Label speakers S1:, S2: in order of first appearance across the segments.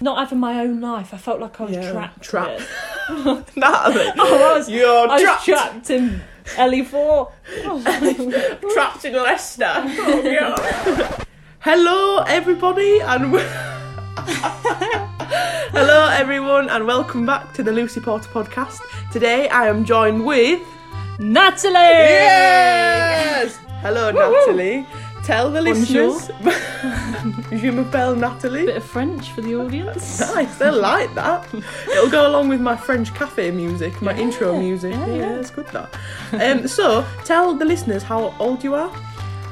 S1: not having my own life. I felt like I was
S2: Yeah,
S1: trapped. in
S2: trapped.
S1: it. Oh,
S2: Natalie,
S1: I was.
S2: you're
S1: I was
S2: trapped,
S1: trapped, in E LE4. Oh,
S2: trapped in Leicester. Oh, God. Hello, everybody, and w- hello, everyone, and welcome back to the Lucy Porter podcast. Today, I am joined with
S1: Natalie!
S2: yes. Hello,
S1: Woo-hoo.
S2: Natalie. Tell the
S1: Bonjour.
S2: listeners. Je m'appelle Natalie.
S1: Bit of French for the audience.
S2: Nice, they like that. It'll go along with my French cafe music, my intro music.
S1: yeah,
S2: Yeah,
S1: yeah.
S2: it's good that. Um, so, tell the listeners how old you are.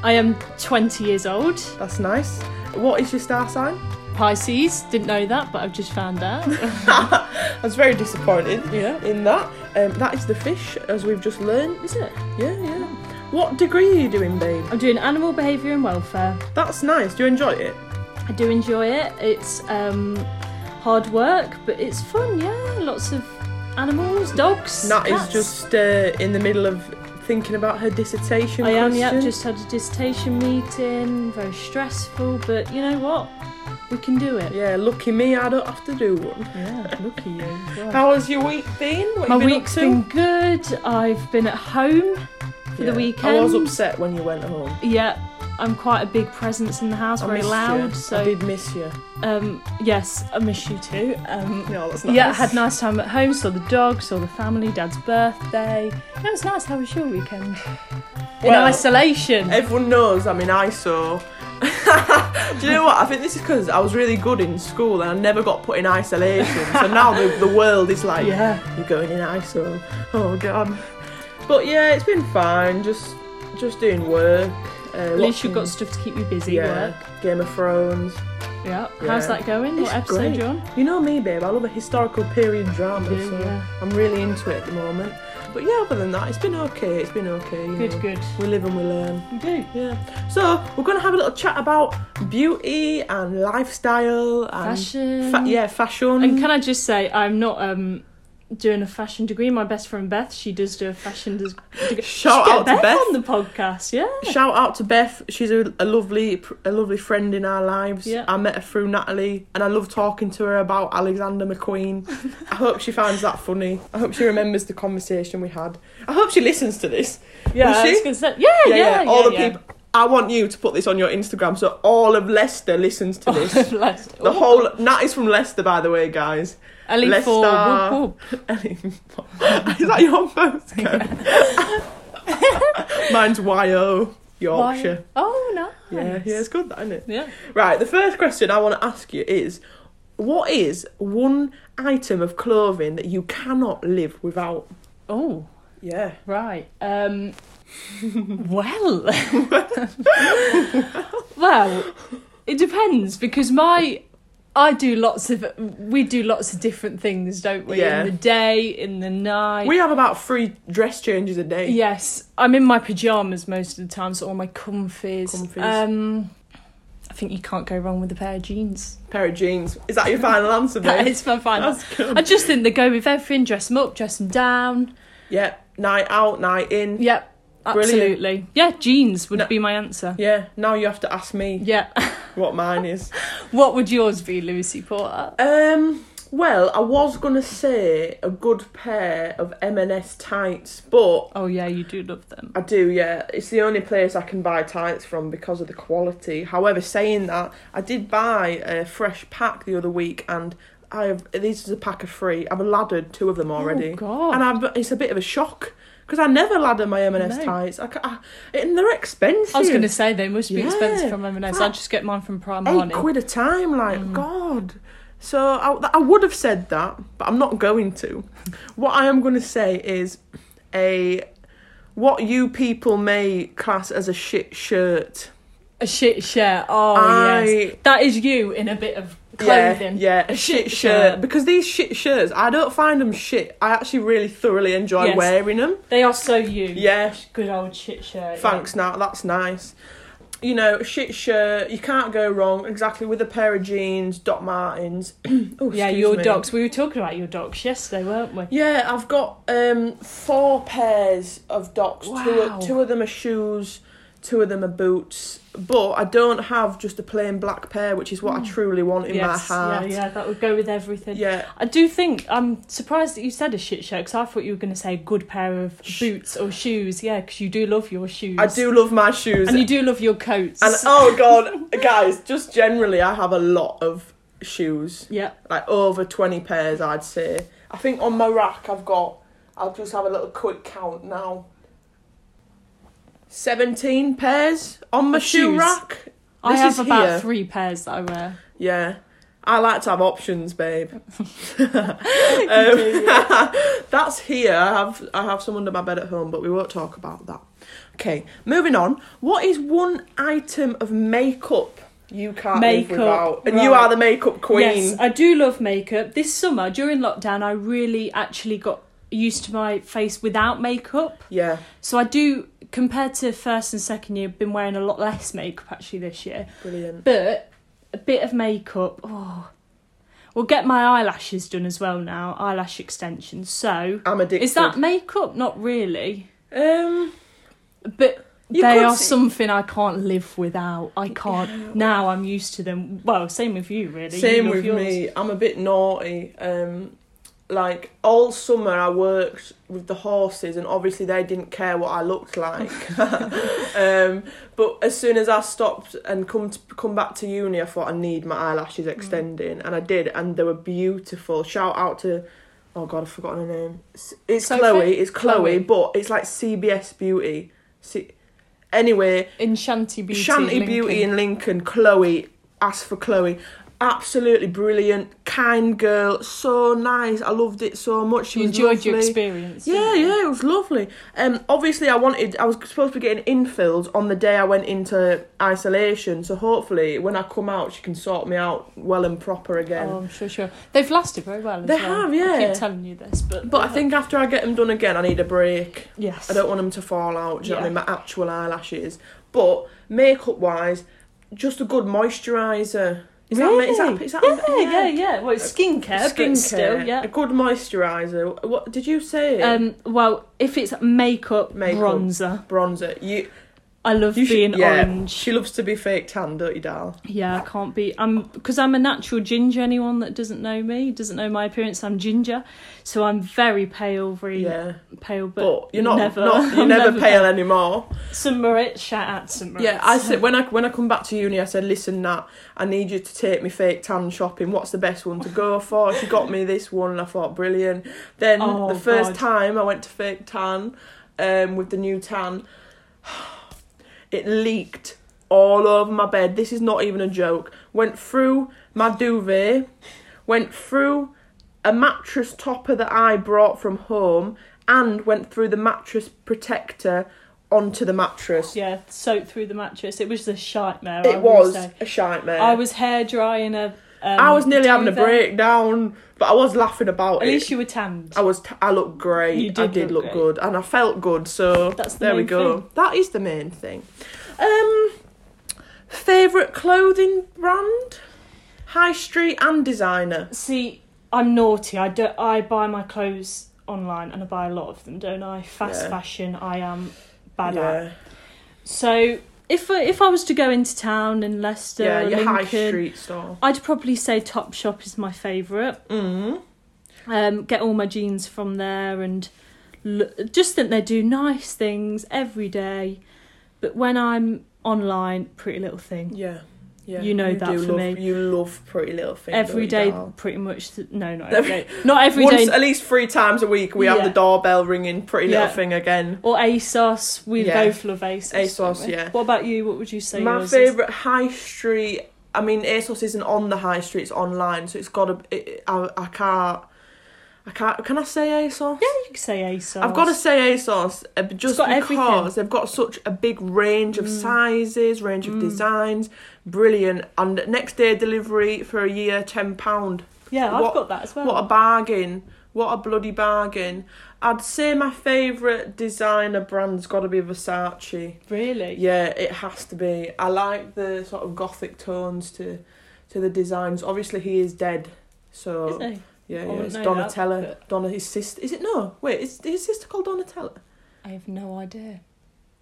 S1: I am 20 years old.
S2: That's nice. What is your star sign?
S1: Pisces. Didn't know that, but I've just found out.
S2: I was very disappointed
S1: yeah.
S2: in that. Um, that is the fish, as we've just learned.
S1: Is it?
S2: Yeah, yeah. What degree are you doing, babe?
S1: I'm doing animal behaviour and welfare.
S2: That's nice. Do you enjoy it?
S1: I do enjoy it. It's um, hard work, but it's fun. Yeah, lots of animals, dogs.
S2: Nat
S1: cats.
S2: is just uh, in the middle of thinking about her dissertation.
S1: I am. Yeah,
S2: question.
S1: just had a dissertation meeting. Very stressful, but you know what? We can do it.
S2: Yeah, lucky me, I don't have to do one.
S1: Yeah, lucky you.
S2: How has your week been? What
S1: My
S2: you been up
S1: week's
S2: to?
S1: been good. I've been at home for
S2: Yeah.
S1: the
S2: I was
S1: weekend.
S2: upset when you went home.
S1: Yeah, I'm quite a big presence in the house.
S2: I
S1: very
S2: missed
S1: loud.
S2: You. I
S1: So,
S2: did miss you.
S1: um, yes, I miss you too. Um,
S2: No, that's
S1: Yeah, had nice time at home. Saw the dog, saw the family, dad's birthday. That was nice. How was your weekend? In
S2: Well-
S1: isolation.
S2: Everyone knows I'm in ISO. Do you know what? I think this is because I was really good in school and I never got put in isolation. so now the, the world is like,
S1: yeah.
S2: you're going in ISO. Oh god. But yeah, it's been fine. Just just doing work. Uh,
S1: At least you've
S2: watching-
S1: got stuff to keep you busy.
S2: yeah,
S1: Work.
S2: Game of Thrones.
S1: Yeah.
S2: Yeah.
S1: How's that going?
S2: It's
S1: what episode
S2: great.
S1: you on?
S2: You know me, babe. I love a historical period drama,
S1: You do,
S2: so
S1: yeah.
S2: I'm really into it at the moment. But yeah, other than that, it's been okay. It's been okay. you know.
S1: Good, good.
S2: We live and we learn.
S1: You do.
S2: Yeah. So we're gonna have a little chat about beauty and lifestyle and
S1: Fashion.
S2: fa- yeah, fashion.
S1: And can I just say, I'm not um doing a fashion degree. My best friend Beth, she does do a fashion des- degree.
S2: Shout
S1: Get
S2: out to
S1: Beth,
S2: Beth.
S1: on the podcast. Yeah.
S2: Shout out to Beth. She's a, a lovely, pr- a lovely friend in our lives.
S1: Yeah.
S2: I met her through Natalie, and I love talking to her about Alexander McQueen. I hope she finds that funny. I hope she remembers the conversation we had. I hope she listens to this.
S1: Yeah.
S2: Was
S1: I was
S2: she?
S1: gonna say, yeah, yeah, yeah.
S2: All the
S1: yeah.
S2: people. I want you to put this on your Instagram so all of Leicester listens to this.
S1: Bless-
S2: The
S1: Ooh.
S2: whole Nat is from Leicester, by the way, guys.
S1: Ellie
S2: Leicester.
S1: Ford, whoop, whoop.
S2: is that your postcode? Mine's YO, Yorkshire.
S1: Why- Oh, nice.
S2: Yeah, yeah, it's good, that, isn't it?
S1: Yeah.
S2: Right, the first question I want to ask you is, what is one item of clothing that you cannot live without?
S1: Oh,
S2: Yeah.
S1: right. Um, well, well, it depends because my I do lots of we do lots of different things, don't we?
S2: Yeah.
S1: In the day, in the night.
S2: We have about three dress changes a day.
S1: yes, I'm in my pajamas most of the time, so all my comfies.
S2: Comfies.
S1: Um, I think you can't go wrong with a pair of jeans.
S2: Pair of jeans. Is that your final answer, babe?
S1: That is my final.
S2: That's good.
S1: I just think they go with everything. Dress them up, dress them down.
S2: Yeah, night out, night in.
S1: Yep,
S2: Brilliant.
S1: absolutely. Yeah, jeans would
S2: No.
S1: be my answer.
S2: Yeah, now you have to ask me
S1: Yeah.
S2: what mine is.
S1: What would yours be, Lucy Porter?
S2: Um. Well, I was gonna say a good pair of M&S tights, but
S1: Oh yeah, you do love them.
S2: I do. Yeah, it's the only place I can buy tights from because of the quality. However, saying that, I did buy a fresh pack the other week, and I have these is a pack of three. I've laddered two of them already,
S1: Oh god.
S2: and I've, it's a bit of a shock because I never ladder my M&S
S1: No.
S2: tights. I, ca- I, and they're expensive.
S1: I was going to say they must be
S2: Yeah.
S1: expensive from M&S. I
S2: Fuck.
S1: just get mine from
S2: eight
S1: Primark.
S2: quid a time. Like
S1: Mm.
S2: God. So I, I would have said that, but I'm not going to. What I am going to say is a what you people may class as a shit shirt.
S1: A shit shirt. Oh yes,
S2: I-
S1: that is you in a bit of clothing.
S2: Yeah, yeah, a shit shirt. Because these shit shirts, I don't find them shit. I actually really thoroughly enjoy
S1: Yes.
S2: wearing them.
S1: They are so you.
S2: Yeah,
S1: Good old shit shirt.
S2: thanks, Nat. That's nice. You know, shit shirt. You can't go wrong. Exactly with a pair of jeans, Doc Martens. oh,
S1: Yeah,
S2: excuse
S1: your
S2: me.
S1: docs. We were talking about your docs yesterday, weren't we?
S2: Yeah, I've got um four pairs of docks. Two,
S1: Wow.
S2: are, two of them are shoes. Two of them are boots, but I don't have just a plain black pair, which is what I truly want in
S1: Hmm. yes,
S2: my heart.
S1: yeah, yeah, that would go with everything.
S2: Yeah,
S1: I do think I'm surprised that you said a shit show because I thought you were going to say a good pair of
S2: Sh-
S1: boots or shoes. Yeah, because you do love your shoes.
S2: I do love my shoes.
S1: and you do love your coats.
S2: And oh god, guys, just generally, I have a lot of shoes,
S1: yeah,
S2: like over twenty pairs, I'd say. I think on my rack, I've got. I'll just have a little quick count now. Seventeen pairs on my
S1: Of
S2: shoe
S1: shoes.
S2: rack.
S1: I
S2: This
S1: have
S2: is
S1: about
S2: here.
S1: three pairs that I wear.
S2: Yeah. I like to have options, babe. Um, that's here. I have I have some under my bed at home, but we won't talk about that. Okay, moving on. What is one item of makeup you can't live
S1: Makeup,
S2: without? And you
S1: right.
S2: are the makeup queen.
S1: Yes, I do love makeup. This summer during lockdown, I really actually got used to my face without makeup.
S2: Yeah.
S1: So I do compared to first and second year, been wearing a lot less makeup actually this year.
S2: Brilliant.
S1: But a bit of makeup, oh. Well, get my eyelashes done as well now, eyelash extensions. So,
S2: I'm addicted.
S1: is that makeup? Not really.
S2: um
S1: But
S2: You
S1: they
S2: could
S1: are
S2: say-
S1: something I can't live without. I can't. Now I'm used to them. Well, same with you, really. You
S2: Same
S1: love
S2: with
S1: yours.
S2: me. I'm a bit naughty. Um, like all summer, I worked with the horses, and obviously they didn't care what I looked like. um, but as soon as I stopped and come to, come back to uni, I thought I need my eyelashes
S1: Mm.
S2: extending, and I did, and they were beautiful. Shout out to. Oh god, I've forgotten her name. S- It's
S1: Sophie?
S2: Chloe. It's Chloe,
S1: Chloe.
S2: but it's like CBS Beauty. See, anyway,
S1: In Shanty Beauty.
S2: Shanty
S1: Lincoln.
S2: Beauty in Lincoln, Chloe, ask for Chloe. Absolutely brilliant, kind girl, so nice. I loved it so much. She
S1: You
S2: was
S1: enjoyed your
S2: lovely.
S1: experience.
S2: Yeah,
S1: didn't you?
S2: yeah, it was lovely. Um, obviously, I wanted. I was supposed to be getting infilled on the day I went into isolation. So hopefully, when I come out, she can sort me out well and proper again.
S1: Oh, I'm sure, sure. They've lasted very well. As
S2: They
S1: well.
S2: have,
S1: I
S2: yeah.
S1: keep telling you this, but
S2: but I think after I get them done again, I need a break.
S1: yes,
S2: I don't want them to fall out. Do you know what I
S1: Yeah.
S2: mean? My actual eyelashes. But makeup wise, just a good moisturiser. Is that is that,
S1: Really?
S2: is that
S1: Yeah, yeah, yeah. Well, it's skincare,
S2: Skincare,
S1: but still, yeah.
S2: A good moisturiser. What did you say?
S1: Um, well, if it's makeup,
S2: Makeup.
S1: bronzer,
S2: Bronzer. You,
S1: I love
S2: you should-
S1: being
S2: yeah,
S1: orange.
S2: She loves to be fake tan, don't you, Dal?
S1: Yeah, I can't be. I'm because I'm a natural ginger. Anyone that doesn't know me doesn't know my appearance. I'm ginger, so I'm very pale, very
S2: Yeah.
S1: pale. But,
S2: But, you're not,
S1: never,
S2: not you're
S1: I'm
S2: never,
S1: never
S2: pale anymore.
S1: St. Moritz, shout out St. Moritz.
S2: Yeah, I said when I when I come back to uni, I said, listen, Nat, I need you to take me fake tan shopping. What's the best one to go for? She got me this one, and I thought brilliant. Then
S1: Oh,
S2: the first
S1: God.
S2: time I went to fake tan, um, with the new tan, it leaked all over my bed. This is not even a joke. Went through my duvet, went through a mattress topper that I brought from home, and went through the mattress protector onto the mattress.
S1: yeah, soaked through the mattress. It was the nightmare. I
S2: It
S1: will
S2: was
S1: say.
S2: a nightmare.
S1: I was hair drying a. Um,
S2: I was nearly having a
S1: duvet.
S2: breakdown, but I was laughing about
S1: At
S2: it.
S1: least you were tanned.
S2: I was. T- I looked great.
S1: You
S2: I
S1: did
S2: did
S1: look
S2: look,
S1: great.
S2: good, and I felt good. So
S1: That's the
S2: there we
S1: main
S2: go.
S1: thing.
S2: That is the main thing. Um, favorite clothing brand, high street and designer.
S1: See, I'm naughty. I do. I buy my clothes online, and I buy a lot of them, don't I? Fast
S2: Yeah.
S1: fashion. I am bad at.
S2: yeah,
S1: So if I, if I was to go into town in Leicester,
S2: yeah, your high
S1: Lincoln,
S2: street store.
S1: I'd probably say Topshop is my favourite. Mm-hmm.
S2: Mm.
S1: Um, get all my jeans from there, and l- just think they do nice things every day. But when I'm online, Pretty Little Thing.
S2: Yeah, yeah.
S1: You know that
S2: do
S1: for
S2: love,
S1: me.
S2: You love Pretty Little Thing
S1: Every
S2: don't
S1: day,
S2: you, darling?
S1: pretty much. th- No, not every
S2: Every-
S1: day. Not every day.
S2: Once, at least three times a week, we have
S1: Yeah.
S2: the doorbell ringing. Pretty
S1: Yeah.
S2: Little Thing again.
S1: Or ASOS. We
S2: Yeah.
S1: both love ASOS.
S2: ASOS,
S1: don't we?
S2: yeah.
S1: What about you? What would you say?
S2: My
S1: yours is?
S2: favourite high street. I mean, ASOS isn't on the high street; it's online, so it's got to. It, I, I can't. I can't. Can I say ASOS?
S1: You could say ASOS.
S2: I've got to say ASOS uh, just
S1: got
S2: because
S1: everything. Mm.
S2: they've got such a big range of sizes, range of designs. Brilliant! And next day delivery for a year, ten pound.
S1: Yeah, I've
S2: what-
S1: got that as well.
S2: What a bargain! What a bloody bargain! I'd say my favourite designer brand's got to be Versace.
S1: Really?
S2: Yeah, it has to be. I like the sort of gothic tones to to the designs. Obviously, he is dead, so
S1: Is he?
S2: yeah, yeah.
S1: wouldn't
S2: It's
S1: know
S2: Donatella.
S1: that,
S2: Donna, his sister. Is it no? Wait, is is his sister called Donatella?
S1: I have no idea.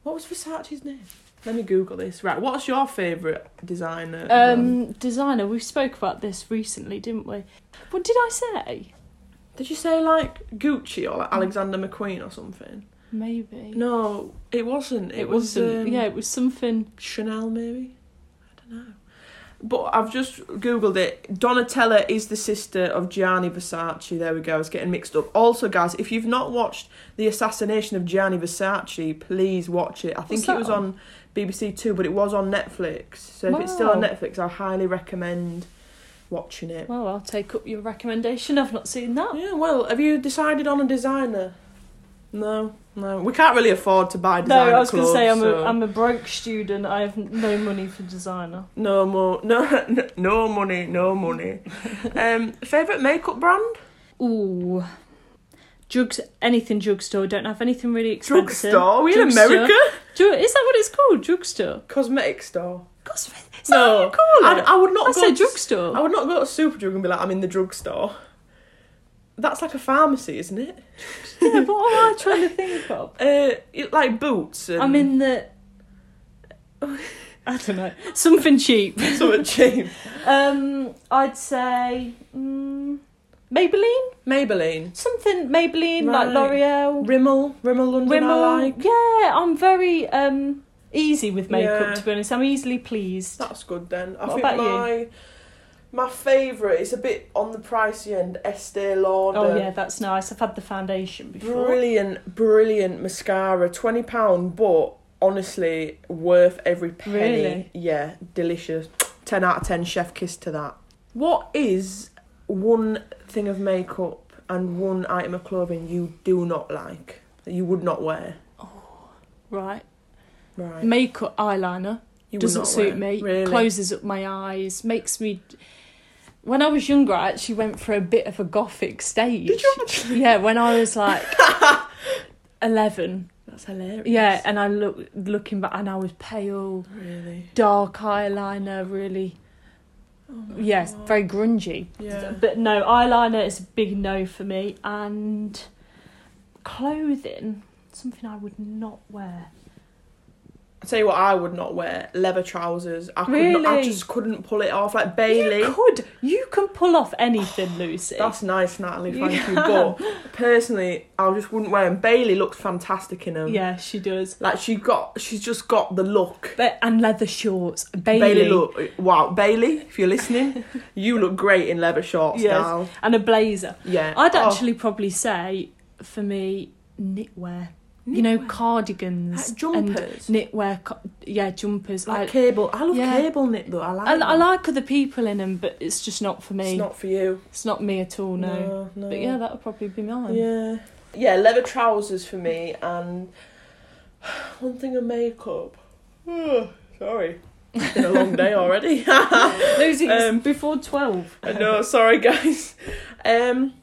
S2: What was Versace's name? Let me Google this. Right, what's your favourite designer?
S1: Um, designer, we spoke about this recently, didn't we? What did I say?
S2: Did you say like Gucci or like Alexander McQueen or something?
S1: Maybe.
S2: No, it wasn't. It,
S1: Mm. it
S2: was
S1: wasn't.
S2: um,
S1: yeah, it was something.
S2: Chanel maybe. I don't know. But I've just googled it. Donatella is the sister of Gianni Versace. There we go. It's getting mixed up. Also, guys, if you've not watched the assassination of Gianni Versace, please watch it. I think it
S1: that
S2: was
S1: on?
S2: on BBC Two, but it was on Netflix. So if it's still on
S1: Wow.
S2: Netflix, I highly recommend watching it.
S1: Well, I'll take up your recommendation. I've not seen that.
S2: Yeah, well, have you decided on a designer? No, no. We can't really afford to buy
S1: No,
S2: designer
S1: I was going to
S2: clothes,
S1: say I'm
S2: so
S1: a I'm a broke student. I have no money for designer.
S2: no more, no, no money, no money. um, favorite makeup brand?
S1: Ooh, drugs. Anything drugstore. Don't have anything really expensive.
S2: Drugstore. We in
S1: Drugstore.
S2: America?
S1: Dru- is that what it's called? Drugstore.
S2: Cosmetic store.
S1: Cosmetic. Is that what
S2: No,
S1: you call
S2: I'd-
S1: it?
S2: I, would not.
S1: I
S2: go
S1: say
S2: to-
S1: drugstore.
S2: I would not go to Superdrug and be like, I'm in the drugstore. That's like a pharmacy, isn't it?
S1: yeah, but what am I trying to think of?
S2: Uh, it- like boots. And
S1: I'm in the. I don't know. Something cheap.
S2: something cheap.
S1: Um, I'd say mm, Maybelline.
S2: Maybelline,
S1: Something Maybelline
S2: Right.
S1: like L'Oreal,
S2: Rimmel, Rimmel London. I like.
S1: Yeah, I'm very um easy with makeup.
S2: Yeah.
S1: To be honest, I'm easily pleased.
S2: That's good then. I
S1: What
S2: think
S1: about you?
S2: my my favourite is a bit on the pricey end. Estee Lauder.
S1: Oh yeah, that's nice. I've had the foundation before.
S2: Brilliant, brilliant mascara. Twenty pound, but honestly worth every penny.
S1: Really?
S2: Yeah, delicious. Ten out of ten. Chef kiss to that. What is one thing of makeup and one item of clothing you do not like that you would not wear?
S1: Right,
S2: Right.
S1: makeup eyeliner
S2: you would
S1: doesn't
S2: not
S1: suit
S2: wear.
S1: me.
S2: Really?
S1: Closes up my eyes. Makes me. When I was younger, I actually went for a bit of a gothic stage.
S2: Did you actually?
S1: Yeah, when I was like eleven.
S2: That's hilarious.
S1: Yeah, and I look looking back, and I was pale,
S2: Really.
S1: dark eyeliner, really.
S2: Oh my
S1: Yes,
S2: God.
S1: very grungy.
S2: Yeah.
S1: But no, eyeliner is a big no for me, and clothing, something I would not wear.
S2: I tell you what, I would not wear leather trousers. I could not, I
S1: Really?
S2: just couldn't pull it off. Like
S1: You
S2: Bailey,
S1: could, you can pull off anything, Lucy.
S2: that's nice, Natalie.
S1: You
S2: Thank you.
S1: can.
S2: But personally, I just wouldn't wear them. Bailey looks fantastic in them.
S1: Yeah, she does.
S2: Like she got, she's just got the look.
S1: But and leather shorts, Bailey,
S2: Bailey, look wow, Bailey. If you're listening, you look great in leather shorts.
S1: Yes.
S2: Now.
S1: and a blazer.
S2: Yeah,
S1: I'd
S2: Oh,
S1: actually probably say for me knitwear. You know,
S2: knitwear.
S1: cardigans,
S2: like
S1: and
S2: jumpers,
S1: knitwear, co- yeah, jumpers.
S2: like
S1: I-
S2: cable. I love
S1: Yeah.
S2: cable knit though. I like.
S1: I, I
S2: them.
S1: like other people in them, but it's just not for me.
S2: It's not for you.
S1: me at all, no.
S2: no. no.
S1: But yeah, that would probably be mine.
S2: Yeah. Yeah, leather trousers for me and one thing of makeup. Ugh, Sorry. It's been a long day already. I
S1: Losing
S2: Um,
S1: before 12.
S2: know, sorry guys. Um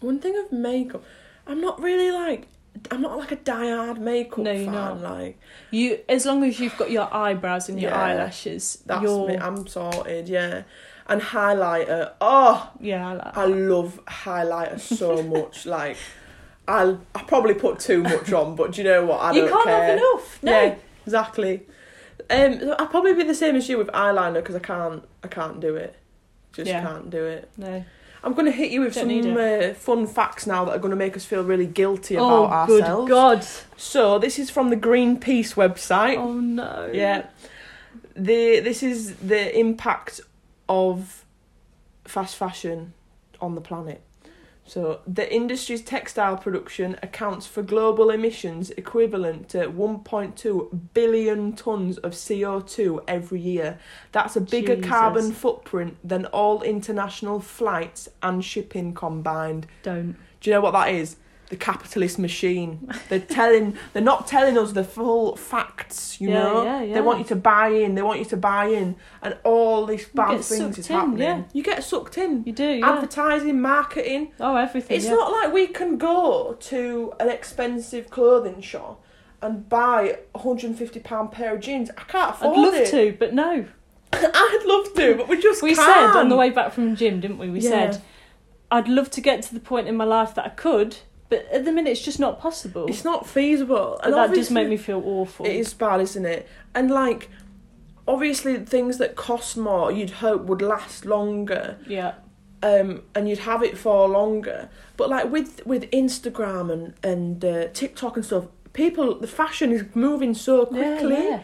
S2: one thing of makeup. I'm not really like I'm not like a diehard makeup
S1: No, you're
S2: fan.
S1: not.
S2: Like
S1: You, as long as you've got your eyebrows and your
S2: Yeah.
S1: eyelashes,
S2: that's
S1: your
S2: me. I'm sorted, yeah. And highlighter. Oh,
S1: yeah, I like
S2: I love highlighter so much. like, I I probably put too much on, but do you know what? I
S1: that. You
S2: don't
S1: can't
S2: care.
S1: have enough. No,
S2: Yeah, exactly. Um, so I'll probably be the same as you with eyeliner because I can't I can't do it. Just
S1: Yeah.
S2: can't do it.
S1: no.
S2: I'm gonna hit you with
S1: Don't need
S2: some uh, fun facts now that are gonna make us feel really guilty
S1: Oh,
S2: about
S1: good
S2: ourselves.
S1: God!
S2: So this is from the Greenpeace website.
S1: Oh no.
S2: Yeah. The this is the impact of fast fashion on the planet. So the industry's textile production accounts for global emissions equivalent to 1.2 billion tons of CO2 every year. That's a bigger
S1: Jesus.
S2: carbon footprint than all international flights and shipping combined.
S1: Don't.
S2: Do you know what that is? The capitalist machine. They're telling. They're not telling us the full facts. You
S1: Yeah,
S2: know.
S1: yeah, yeah.
S2: They want you to buy in. They want you to buy in, and all these bad
S1: get
S2: things
S1: sucked
S2: is
S1: in,
S2: happening.
S1: yeah.
S2: You get sucked in.
S1: You do. Yeah.
S2: Advertising, marketing.
S1: oh, everything.
S2: It's
S1: yeah.
S2: not like we can go to an expensive clothing shop and buy a hundred and fifty pound pair of jeans. I can't
S1: I'd
S2: afford
S1: love
S2: it.
S1: to, but no.
S2: I'd love to, but we just
S1: We
S2: can't.
S1: said on the way back from gym, didn't we? We
S2: Yeah.
S1: said, I'd love to get to the point in my life that I could, But at the minute, it's just not possible.
S2: It's not feasible.
S1: But that does make me feel awful.
S2: It is bad, isn't it? And like, obviously, things that cost more, you'd hope would last longer,
S1: Yeah.
S2: um, and you'd have it for longer. But like with with Instagram and and uh, TikTok and stuff, people the fashion is moving so quickly.
S1: Yeah,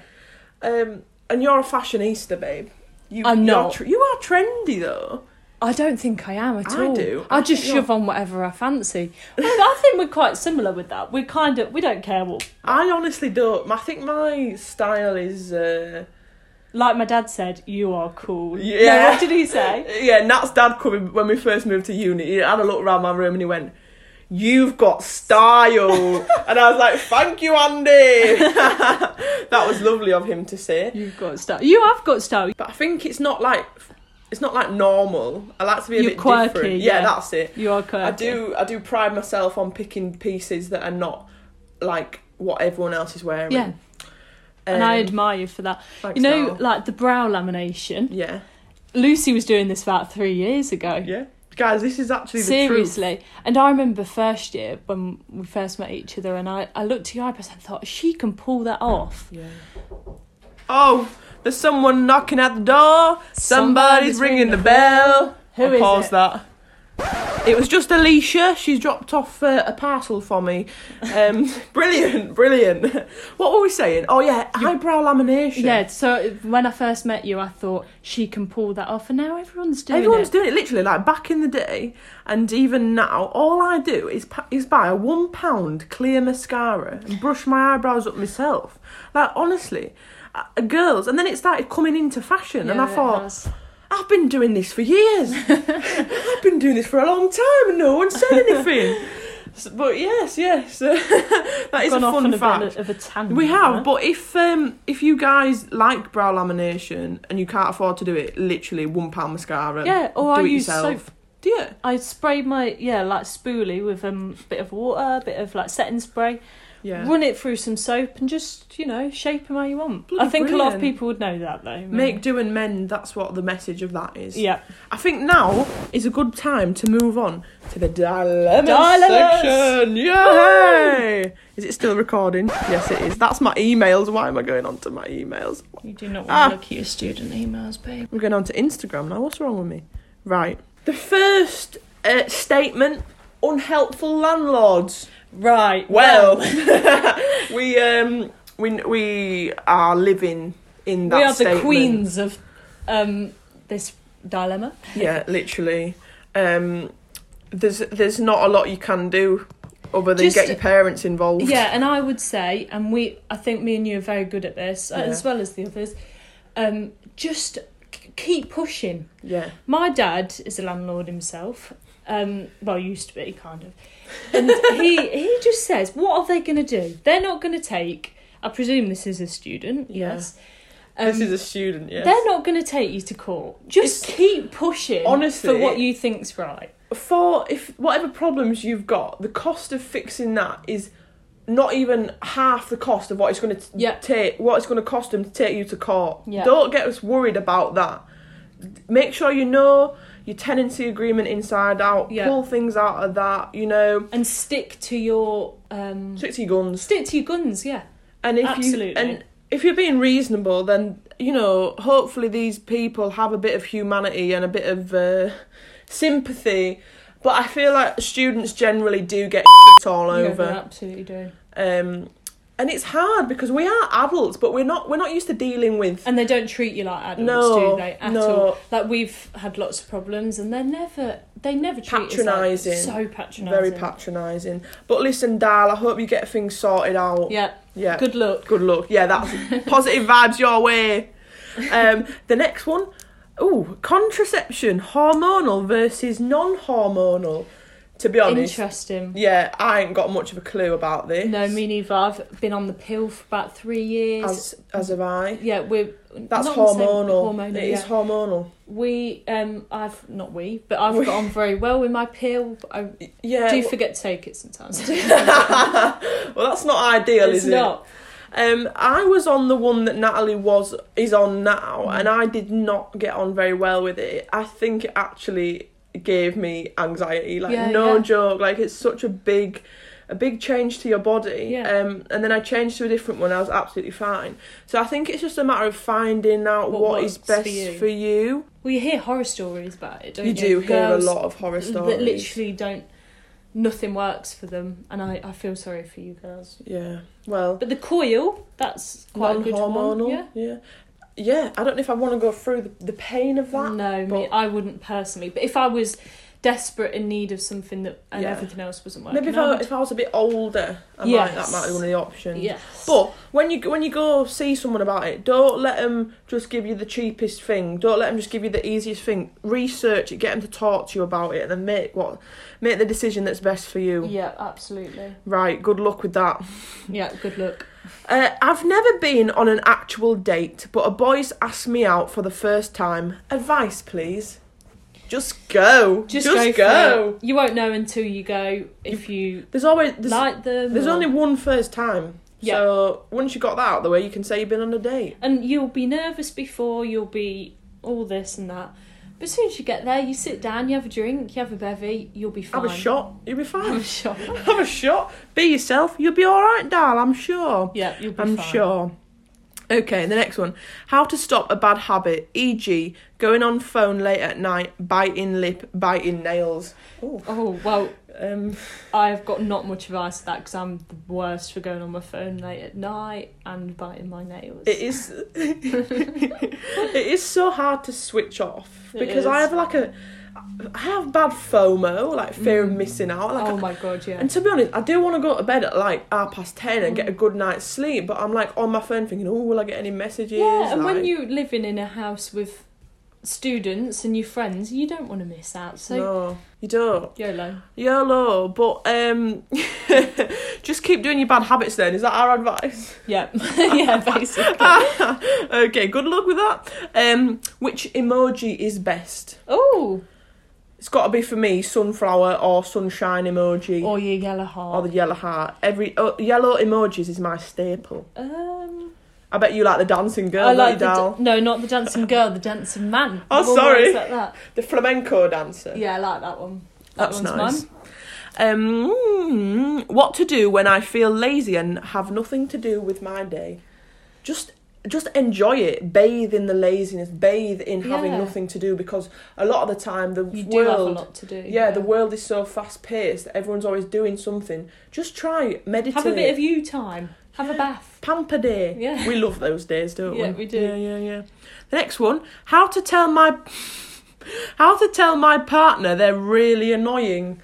S1: yeah.
S2: Um, and you're a fashionista, babe. You,
S1: I'm
S2: you're
S1: not.
S2: tr- you are trendy though.
S1: I don't think I am at
S2: I
S1: all.
S2: do.
S1: I just
S2: Yeah.
S1: shove on whatever I fancy. Well, I think we're quite similar with that. We kind of we don't care what.
S2: I honestly don't. I think my style is. Uh,
S1: Like my dad said, you are cool. No,
S2: Yeah.
S1: what did he say?
S2: Yeah, Nat's dad coming when we first moved to uni. He had a look around my room and he went, "You've got style," and I was like, "Thank you, Andy." that was lovely of him to say.
S1: You've got style. You have got style.
S2: But I think it's not like it's not like normal. I like to be a
S1: You're
S2: bit
S1: quirky,
S2: different.
S1: yeah.
S2: that's it.
S1: You are quirky.
S2: I do. I do pride myself on picking pieces that are not like what everyone else is wearing.
S1: Yeah. and I
S2: Um,
S1: admire you for that.
S2: thanks,
S1: You know,
S2: Nat.
S1: like the brow lamination.
S2: yeah,
S1: Lucy was doing this about three years ago.
S2: yeah, guys, this is actually the truth.
S1: Seriously. And I remember first year when we first met each other and I, I looked at your eyebrows and thought, she can pull that off.
S2: Oh, there's someone knocking at the door. Somebody's,
S1: Somebody's
S2: ringing,
S1: ringing
S2: the bell.
S1: Who
S2: I'll
S1: is
S2: pause
S1: it?
S2: that. It was just Alicia. She's dropped off uh, a parcel for me. Um, brilliant, brilliant. What were we saying? Oh yeah, eyebrow lamination.
S1: Yeah, so when I first met you, I thought she can pull that off, and now everyone's doing
S2: Everyone's
S1: it.
S2: doing it literally like back in the day, and even now. All I do is pa- is buy a one pound clear mascara and brush my eyebrows up myself. Like honestly, uh, girls. And then it started coming into fashion, and I
S1: Yeah, it
S2: thought,
S1: has.
S2: I've been doing this for years. I've been doing this for a long time and no one said anything. S- but yes, yes, that is a
S1: Gone off on
S2: fun
S1: a
S2: fact.
S1: bit of a tangent.
S2: We
S1: there.
S2: have, but if um, if you guys like brow lamination and you can't afford to do it, literally one pound mascara.
S1: yeah, or
S2: do
S1: I
S2: it
S1: use
S2: yourself.
S1: soap.
S2: Do you?
S1: I spray my yeah like spoolie with um, a bit of water, a bit of like setting spray,
S2: Yeah.
S1: run it through some soap, and just you know shape them how you want.
S2: Bloody
S1: I think a lot of
S2: brilliant.
S1: people would know that though.
S2: Make do and mend. That's what the message of that is.
S1: yeah.
S2: I think now is a good time to move on to the dilemma
S1: Dilemmas!
S2: section. Yay! Is it still recording? Yes, it is. That's my emails. Why am I going on to my emails?
S1: You do not want
S2: Ah.
S1: to look at your student emails, babe.
S2: I'm going on to Instagram now. What's wrong with me? Right. The first uh, statement unhelpful landlords.
S1: Right.
S2: Well, we um we we are living in that
S1: we are the
S2: statement.
S1: queens of um, this dilemma.
S2: Yeah, literally. Um, there's there's not a lot you can do other than
S1: Just-
S2: get your parents involved.
S1: Yeah, and I would say, and we, I think me and you are very good at this, uh,
S2: Yeah.
S1: as well as the others. Um, just k- keep pushing.
S2: yeah,
S1: My dad is a landlord himself. Um, well, used to be kind of, and he he just says, "What are they going to do? They're not going to take." I presume this is a student.
S2: Yeah.
S1: Yes. Um,
S2: this is a student. Yeah,
S1: They're not going to take you to court. Just keep pushing.
S2: Honestly-
S1: for what you think's right.
S2: for if whatever problems you've got, the cost of fixing that is not even half the cost of what it's going to
S1: Yeah.
S2: take. What it's going to cost them to take you to court.
S1: Yeah.
S2: Don't get us worried about that. Make sure you know your tenancy agreement inside out.
S1: Yeah.
S2: Pull things out of that. You know,
S1: And stick to your um,
S2: stick to your guns.
S1: stick to your guns. Yeah.
S2: And if you
S1: Absolutely.
S2: and if you're being reasonable, then you know hopefully these people have a bit of humanity and a bit of uh, sympathy. But I feel like students generally do get shit all
S1: Yeah,
S2: over,
S1: they absolutely do.
S2: um, and it's hard because we are adults, but we're not we're not used to dealing with.
S1: And they don't treat you like adults,
S2: No,
S1: do they? At
S2: no.
S1: all. Like we've had lots of problems, and they're never they never treat
S2: Patronising.
S1: Us like, so patronising.
S2: Very patronising. But listen, Dal, I hope you get things sorted out.
S1: Yeah.
S2: yeah.
S1: Good luck.
S2: Good luck. Yeah, that's positive vibes your way. Um, the next one, ooh, contraception, hormonal versus non-hormonal. To be honest,
S1: Interesting.
S2: yeah, I ain't got much of a clue about this.
S1: No, me neither. I've been on the pill for about three years.
S2: as as have I.
S1: yeah, we're
S2: That's
S1: not on the same-
S2: hormonal.
S1: Hormonal.
S2: It
S1: yeah.
S2: is hormonal.
S1: we um, I've not we, but I've got on very well with my pill. but
S2: Uh,
S1: I
S2: Yeah.
S1: do
S2: w-
S1: forget to take it sometimes.
S2: well, that's not ideal,
S1: it's
S2: is it?
S1: not.
S2: Um, I was on the one that Natalie was
S1: Mm.
S2: is on now, and I did not get on very well with it. I think it actually gave me anxiety. Like
S1: Yeah,
S2: no
S1: yeah.
S2: joke. Like it's such a big a big change to your body.
S1: Yeah.
S2: Um and then I changed to a different one, I was absolutely fine. So I think it's just a matter of finding out
S1: What
S2: what
S1: works
S2: is
S1: for
S2: best
S1: you.
S2: for you.
S1: Well, you hear horror stories about it, don't
S2: you
S1: you?
S2: do hear a
S1: Girls
S2: lot of horror stories.
S1: That literally don't. Nothing works for them, and I, I feel sorry for you girls.
S2: Yeah. Well
S1: But the coil, that's quite a good one.
S2: non-hormonal.
S1: Yeah.
S2: yeah. Yeah, I don't know if I want to go through the, the pain of that.
S1: no, me,
S2: but-
S1: I wouldn't personally. But if I was desperate in need of something that and
S2: Yeah.
S1: everything else wasn't working,
S2: Maybe if
S1: I
S2: I,
S1: would-
S2: if I was a bit older, I might, that
S1: Yes.
S2: might be one of the options.
S1: yes,
S2: But when you when you go see someone about it, don't let them just give you the cheapest thing. Don't let them just give you the easiest thing. Research it, get them to talk to you about it, and then make what make the decision that's best for you.
S1: yeah, absolutely.
S2: Right. Good luck with that.
S1: Yeah, good luck.
S2: Uh, I've never been on an actual date, but a boy's asked me out for the first time. Advice, please. Just go.
S1: Just, go. for it. You won't know until you go if you
S2: There's always there's,
S1: like them.
S2: there's
S1: or-
S2: only one first time.
S1: Yeah.
S2: So once you got that out of the way, you can say you've been on a date.
S1: and you'll be nervous before you'll be all this and that but as soon as you get there you sit down you have a drink you have a bevy you'll be fine
S2: Have a shot. You'll be
S1: have a
S2: fine.
S1: shot
S2: Have a shot. Be yourself. You'll be all right, Dal. I'm sure.
S1: yeah you'll be
S2: I'm
S1: fine
S2: sure. Okay, the next one. How to stop a bad habit, e.g., going on phone late at night, biting lip, biting nails. Oh,
S1: oh well
S2: um,
S1: i've got not much advice for that because i'm the worst for going on my phone late at night and biting my nails
S2: it is. it is so hard to switch off
S1: It
S2: because I
S1: is.
S2: have like a, I have bad FOMO, like fear of
S1: Mm.
S2: missing out. Like I
S1: oh my god yeah
S2: And to be honest, I do want to go to bed at like half past ten and
S1: Mm.
S2: get a good night's sleep, but I'm like on my phone thinking, oh, will I get any messages?
S1: yeah and when
S2: Like,
S1: you're living in a house with students and your friends you don't want to miss out so
S2: no, you don't.
S1: yolo
S2: YOLO. But um, just keep doing your bad habits. Then is that our advice?
S1: yeah yeah basically
S2: okay, good luck with that. Um, which emoji is best?
S1: oh
S2: It's got to be for me sunflower or sunshine emoji or,
S1: or your yellow heart
S2: the yellow heart. Every oh, yellow emojis is my staple.
S1: um
S2: I bet you like the dancing girl,
S1: I
S2: don't
S1: like
S2: you,
S1: the
S2: Dal?
S1: da- no, not the dancing girl, the dancing man.
S2: Oh,
S1: We've all
S2: sorry.
S1: worked Like that.
S2: the flamenco dancer.
S1: Yeah, I like that one. That
S2: That's
S1: one's
S2: nice.
S1: mine.
S2: Um, what to do when I feel lazy and have nothing to do with my day? Just just enjoy it. Bathe in the laziness. Bathe in having
S1: Yeah.
S2: nothing to do because a lot of the time the
S1: You
S2: world
S1: do have a lot to do.
S2: yeah, the world is so fast paced that everyone's always doing something. Just try meditate.
S1: Have a bit of you time. Have a bath.
S2: pamper day.
S1: Yeah.
S2: We love those days, don't we?
S1: Yeah, we do.
S2: Yeah, yeah, yeah. The next one, how to tell my how to tell my partner they're really annoying.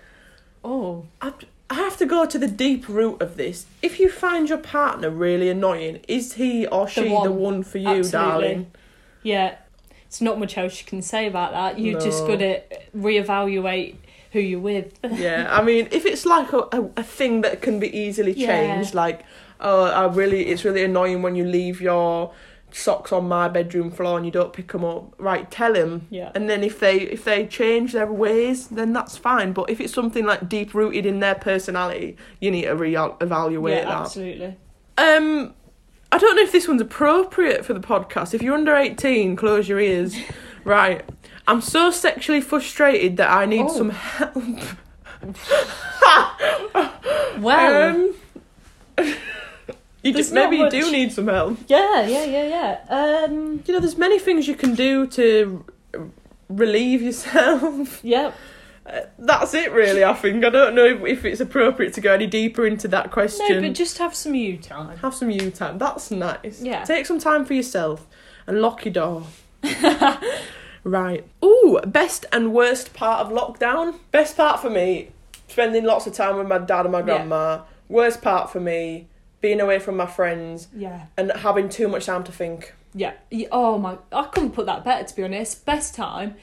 S1: Oh,
S2: I I have to go to the deep root of this. If you find your partner really annoying, is he or she the one,
S1: one.
S2: for you,
S1: Absolutely.
S2: darling?
S1: yeah. It's not much else you can say about that. You've just
S2: No.
S1: got to reevaluate who you're with.
S2: yeah, I mean, if it's like a, a, a thing that can be easily
S1: Yeah.
S2: changed, like, oh, I really, it's really annoying when you leave your socks on my bedroom floor and you don't pick them up. Right, tell him.
S1: Yeah.
S2: And then if they if they change their ways, then that's fine. But if it's something like deep rooted in their personality, you need to re evaluate
S1: yeah,
S2: that.
S1: absolutely.
S2: Um, I don't know if this one's appropriate for the podcast. If you're under 18, close your ears. right. I'm so sexually frustrated that I need
S1: Oh.
S2: some help.
S1: Well,
S2: Um, you
S1: There's
S2: just, maybe you
S1: not
S2: do
S1: much-
S2: need some help.
S1: yeah, yeah, yeah, yeah. Um,
S2: You know, there's many things you can do to r- relieve yourself.
S1: yeah.
S2: Uh, That's it, really. I think I don't know if, if it's appropriate to go any deeper into that
S1: No,
S2: question.
S1: but just have some you time.
S2: Have some you time. That's nice.
S1: Yeah.
S2: Take some time for yourself and lock your door. right. Ooh, best and worst part of lockdown. Best part for me, spending lots of time with my dad and my grandma. Worst part for me, being away from my friends
S1: Yeah.
S2: and having too much time to think.
S1: Yeah. Y- Oh my, I couldn't put that better to be honest. Best time,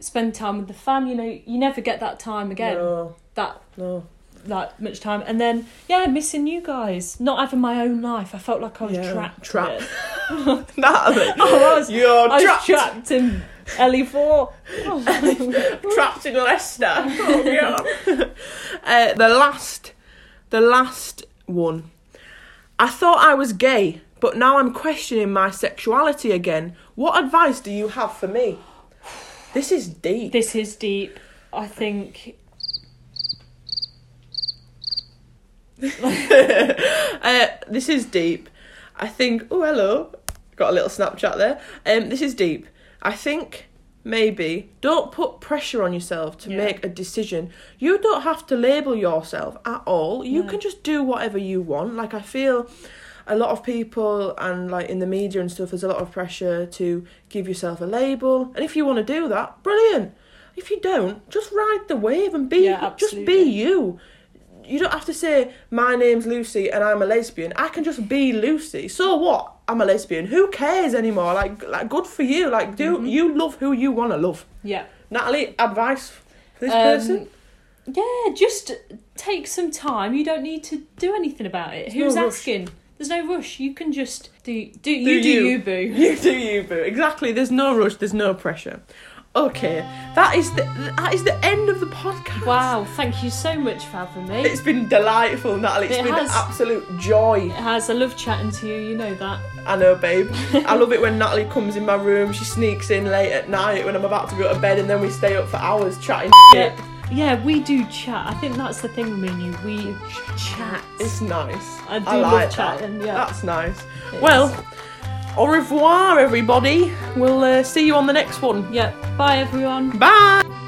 S1: spend time with the fam. You know, you never get that time again.
S2: No,
S1: That
S2: no.
S1: that much time, and then yeah, missing you guys, not having my own life. I felt like I was
S2: Yeah,
S1: trapped.
S2: trapped.
S1: in it.
S2: Natalie,
S1: Oh, I was,
S2: you're
S1: I was
S2: trapped,
S1: trapped in LE four. Oh.
S2: trapped in Leicester. Oh, God. uh, the last, the last one. I thought I was gay, but now I'm questioning my sexuality again. What advice do you have for me? This is deep.
S1: this is deep. I think
S2: uh, this is deep. I think. Oh, hello. Got a little Snapchat there. Um, this is deep. I think maybe don't put pressure on yourself to
S1: Yeah.
S2: make a decision. You don't have to label yourself at all. You
S1: No.
S2: can just do whatever you want. Like I feel. A lot of people and like in the media and stuff, there's a lot of pressure to give yourself a label. And if you want to do that, brilliant. If you don't, just ride the wave and be
S1: Yeah,
S2: just be
S1: absolutely.
S2: you. You don't have to say my name's Lucy and I'm a lesbian. I can just be Lucy. So what? I'm a lesbian. Who cares anymore? Like, like good for you. Like, do
S1: Mhm.
S2: you love who you want to love?
S1: yeah.
S2: Natalie, advice for this
S1: Um,
S2: person?
S1: Yeah, just take some time. You don't need to do anything about it.
S2: There's
S1: Who's
S2: no rush.
S1: asking? There's no rush. You can just do do you do
S2: you.
S1: you boo.
S2: You do you, boo. Exactly. There's no rush. There's no pressure. Okay, that is the that is the end of the podcast.
S1: Wow, thank you so much for having me.
S2: It's been delightful, Natalie. It's
S1: It
S2: been
S1: has.
S2: absolute joy.
S1: It has. I love chatting to you. You know that.
S2: I know, babe. I love it when Natalie comes in my room. She sneaks in late at night when I'm about to go to bed, and then we stay up for hours chatting. shit.
S1: Yeah, we do chat. I think that's the thing, me and you. We chat.
S2: It's nice.
S1: I do
S2: like
S1: love
S2: that.
S1: chatting. Yeah.
S2: That's nice.
S1: It
S2: well,
S1: is.
S2: au revoir, everybody. We'll uh, see you on the next one.
S1: yeah. Bye, everyone.
S2: Bye.